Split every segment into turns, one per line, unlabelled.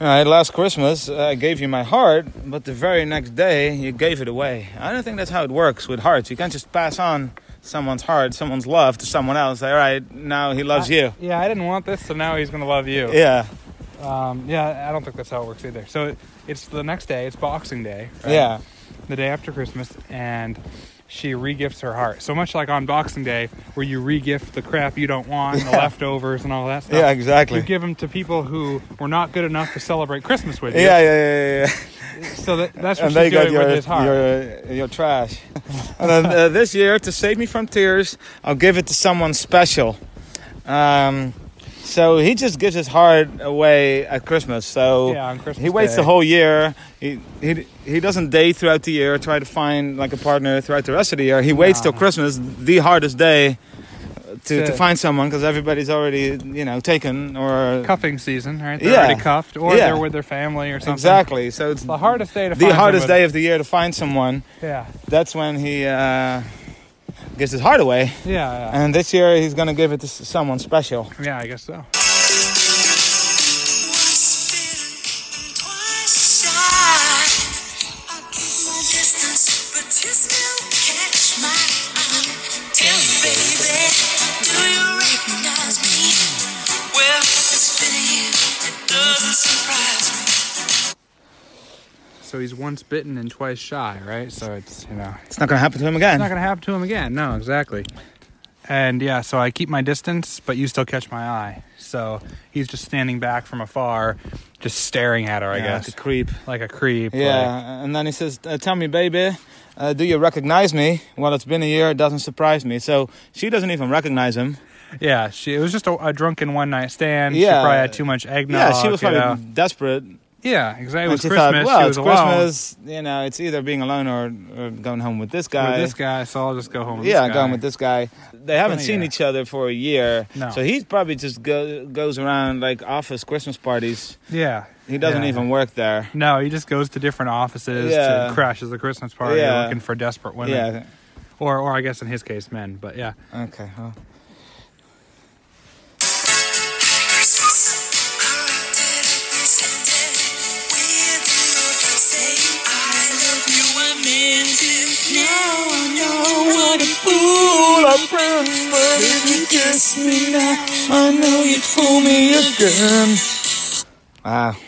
All right, last Christmas uh, I gave you my heart, but the very next day you gave it away. I don't think that's how it works with hearts. You can't just pass on someone's heart, someone's love to someone else. All right, now he loves
I-
you.
Yeah, I didn't want this, so now he's gonna love you.
Yeah,
Um, yeah, I don't think that's how it works either. So it, it's the next day. It's Boxing Day. right?
yeah,
The day after Christmas, and she regifts her heart. So much like on Boxing Day, where you regift the crap you don't want, the leftovers, and all that stuff.
yeah,
You
exactly.
give them to people who were not good enough to celebrate Christmas with you.
Yeah, yeah, yeah, yeah.
So that, that's
yeah.
what
And
she's
they got
doing with
your
his heart.
your uh, your trash. and then uh, this year, to save me from tears, I'll give it to someone special. Um, so he just gives his heart away at Christmas. So
yeah, on Christmas
He waits
Day.
the whole year. He, he he doesn't date throughout the year. Try to find like a partner throughout the rest of the year. He waits till
Nah.
Christmas, the hardest day, to, to
To-
find someone because everybody's already you know taken or
cuffing season, right? They're
Yeah.
already cuffed, or
Yeah.
they're with their family or something.
exactly. So it's
The hardest day to
the
find
hardest
somebody.
day of the year to find someone.
Yeah,
That's when he uh, gives his heart away.
yeah,
And this year he's gonna give it to s- someone special.
yeah. yeah I guess so. So he's once bitten and twice shy, right? So it's you know
It's not gonna happen to him again.
it's not gonna happen to him again. No, exactly. And yeah, so I keep my distance, but you still catch my eye. So he's just standing back from afar, just staring at her. I
Yeah,
guess
like a creep.
like a creep.
Yeah, and then he says, uh, "Tell me, baby, uh, do you recognize me?" Well, it's been a year. It doesn't surprise me. So she doesn't even recognize him.
like- yeah. She it was just a, a drunken one night stand. she
Yeah.
probably had too much eggnog.
yeah, she was
you
probably
know?
desperate.
Yeah, exactly. It
and
was
she
Christmas.
thought, "Well,
she was
it's
alone
Christmas. You know, it's either being alone or, or going home with this guy."
with this guy, so I'll just go home. With
yeah,
this guy.
going with this guy. They haven't
Funny,
seen
yeah.
each other for a year,
No.
so he probably just go, goes around like office Christmas parties.
Yeah,
He doesn't
Yeah.
even work there.
no, he just goes to different offices
Yeah.
to crashes the Christmas party,
Yeah.
looking for desperate women,
Yeah.
or or I guess in his case, men. But yeah,
Okay. well. Ah,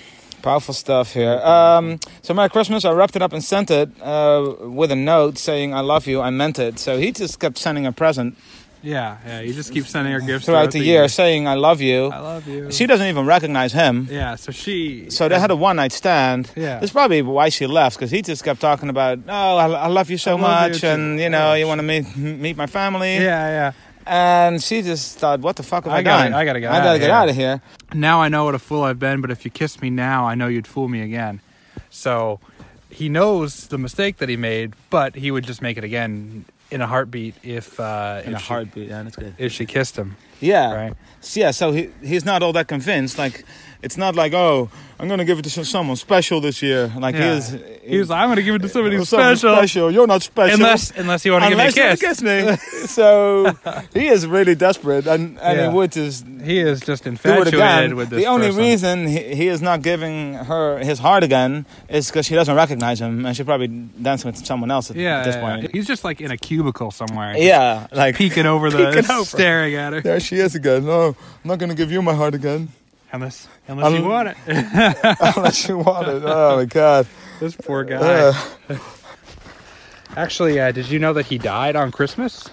powerful stuff here. Um, so my Christmas, I wrapped it up and sent it uh, with a note saying, "I love you." I meant it. So he just kept sending a present
yeah, yeah. You just keep sending her gifts
throughout the year, saying, "I love you."
I love you.
She doesn't even recognize him.
yeah, so she.
So they had a one-night stand.
Yeah.
that's probably why she left because he just kept talking about, "Oh, I, I love you so
I love you
much,"
too."
and you know,
Yeah.
you want to meet meet my family.
Yeah, yeah.
And she just thought, "What the fuck have I,
I gotta-
done?
I gotta get
I
outta
gotta get
here."
out of here."
Now I know what a fool I've been, but if you kiss me now, I know you'd fool me again. So he knows the mistake that he made, but he would just make it again in a heartbeat if uh, if she-
yeah, that's good.
if she kissed him,
Yeah,
right?
S- yeah, so he he's not all that convinced. Like, it's not like, oh, I'm gonna give it to s- someone special this year. Like he
Yeah.
is.
He was like, I'm gonna give it to somebody
"Oh, someone
special,
You're not special.
unless unless you want to give me a
Unless you wanna
kiss.
kiss me. so he is really desperate, and and
Yeah.
he would just
He is just
do it
infatuated
again.
with this.
the only
person.
reason he, he is not giving her his heart again is because she doesn't recognize him, and she probably dancing with someone else at
yeah,
this
yeah, yeah.
point.
he's just like in a cubicle somewhere, just
Yeah, like
peeking over the,
Peeking over.
staring at her.
there she is again. No, I'm not gonna give you my heart again.
Unless, unless you
Un-
want it,
unless you want it. Oh my god.
this poor guy.
Uh,
Actually, uh, did you know that he died on Christmas?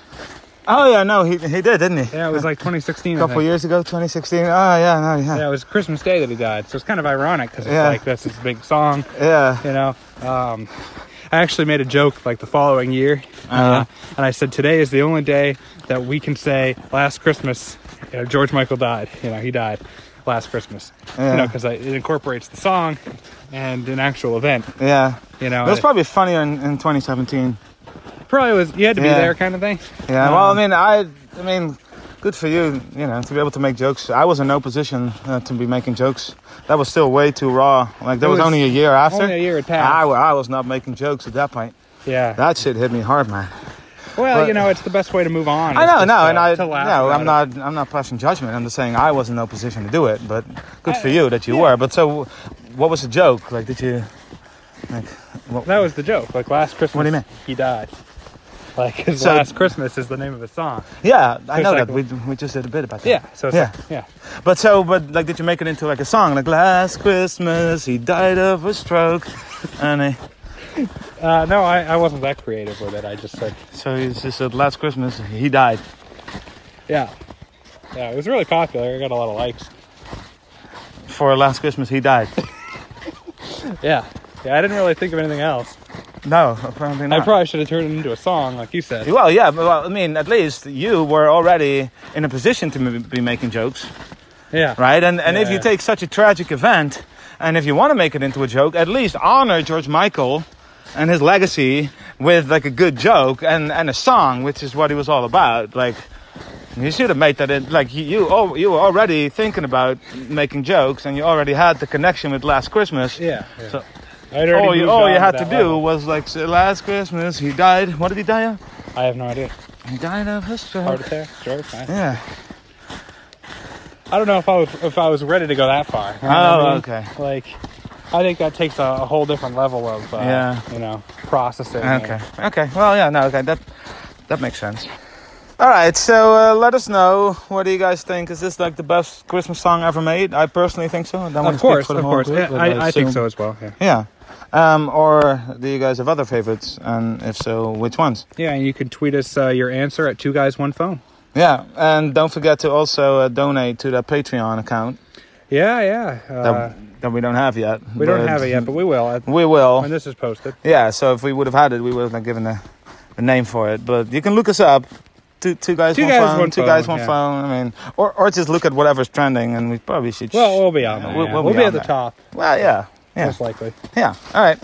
oh yeah, no, he he did, didn't he?
Yeah, it was like 2016.
A
I
couple
think.
years ago, 2016. Oh yeah, no, yeah,
Yeah, it was Christmas Day that he died, so it's kind of ironic because it's
Yeah.
like that's his big song,
yeah.
you know. Um, I actually made a joke like the following year, uh,
Uh-huh.
and I said today is the only day that we can say last Christmas, you know, George Michael died. You know, he died last Christmas.
Yeah.
You know, because it incorporates the song and an actual event.
yeah.
You know,
It was
it
probably funnier in, in 2017.
probably was you had to be
Yeah.
there kind of thing.
Yeah. Well, I
Um,
mean, I, I mean, good for you, you know, to be able to make jokes. I was in no position uh, to be making jokes. That was still way too raw. Like that
It
was,
was
only a year after.
Only a year had
I,
passed.
wa- I was not making jokes at that point.
yeah.
That shit hit me hard, man.
well,
but-
you know, it's the best way to move on.
I
is
know,
just,
no,
uh,
and I,
to
no,
laugh about
I'm
it.
not, I'm not passing judgment. I'm just saying I was in no position to do it, but good for
I-
you that you
yeah.
were. But so, what was the joke? Like, did you? Like, what,
That was the joke. Like last Christmas,
What do you mean?
He died. Like his
So-
last Christmas is the name of a song.
yeah, I know that.
Recycle.
We, we just did a bit about that.
Yeah. So it's
Yeah.
Like, yeah.
But so, but like, did you make it into like a song? Like last Christmas, he died of a stroke, and he,
Uh, no, I, I wasn't that creative with it. I just said,
so it's just that last Christmas he died.
yeah, yeah. It was really popular. I got a lot of likes.
For last Christmas he died.
Yeah. Yeah. I didn't really think of anything else.
No, apparently not.
I probably should have turned it into a song, like you said.
well, yeah. but, Well, I mean, at least you were already in a position to m- be making jokes,
Yeah.
right? And and if
Yeah,
you
yeah.
take such a tragic event, and if you want to make it into a joke, at least honor George Michael and his legacy with like a good joke and and a song, which is what he was all about. Like. You should have made that in, like you you, al- you were already thinking about making jokes and you already had the connection with last Christmas.
Yeah. yeah.
So-
I'd already
All you,
moved
all
on
you had to
that
do
level.
was like say, last Christmas he died. What did he die of?
I have no idea.
He died of a stroke.
Heart attack, stroke. I,
Yeah.
I don't know if I was if I was ready to go that far. You know what
Oh,
I mean?
okay.
Like, I think that takes a, a whole different level of uh,
Yeah.
you know processing. and-
Okay. Okay. Well, yeah. No. Okay. That that makes sense. All right. So uh, let us know. What do you guys think? Is this like the best Christmas song ever made? I personally think so. I don't want to
Of
speak
course,
for
of
the whole
course.
group,
Yeah,
but
I, I think
assume-
so as well. Yeah.
Yeah. Um, or do you guys have other favorites? And if so, which ones?
Yeah, and you can tweet us uh, your answer at two guys one phone.
Yeah. And don't forget to also uh, donate to the Patreon account
Yeah, yeah.
that,
Uh,
that we don't have yet.
we don't
but
have it yet, but we will at,
We will.
when this is posted.
Yeah, so if we would have had it, we would have not given a, a name for it. But you can look us up. Two, two guys,
Two
one
guys,
phone.
one
two
phone,
guys, one
yeah.
phone. I mean, or or just look at whatever's trending, and we probably should.
Well, we'll be on there.
We'll-
yeah.
we'll be
We'll
on
be, at the
there.
top,
well, yeah, yeah,
most likely.
yeah. All right.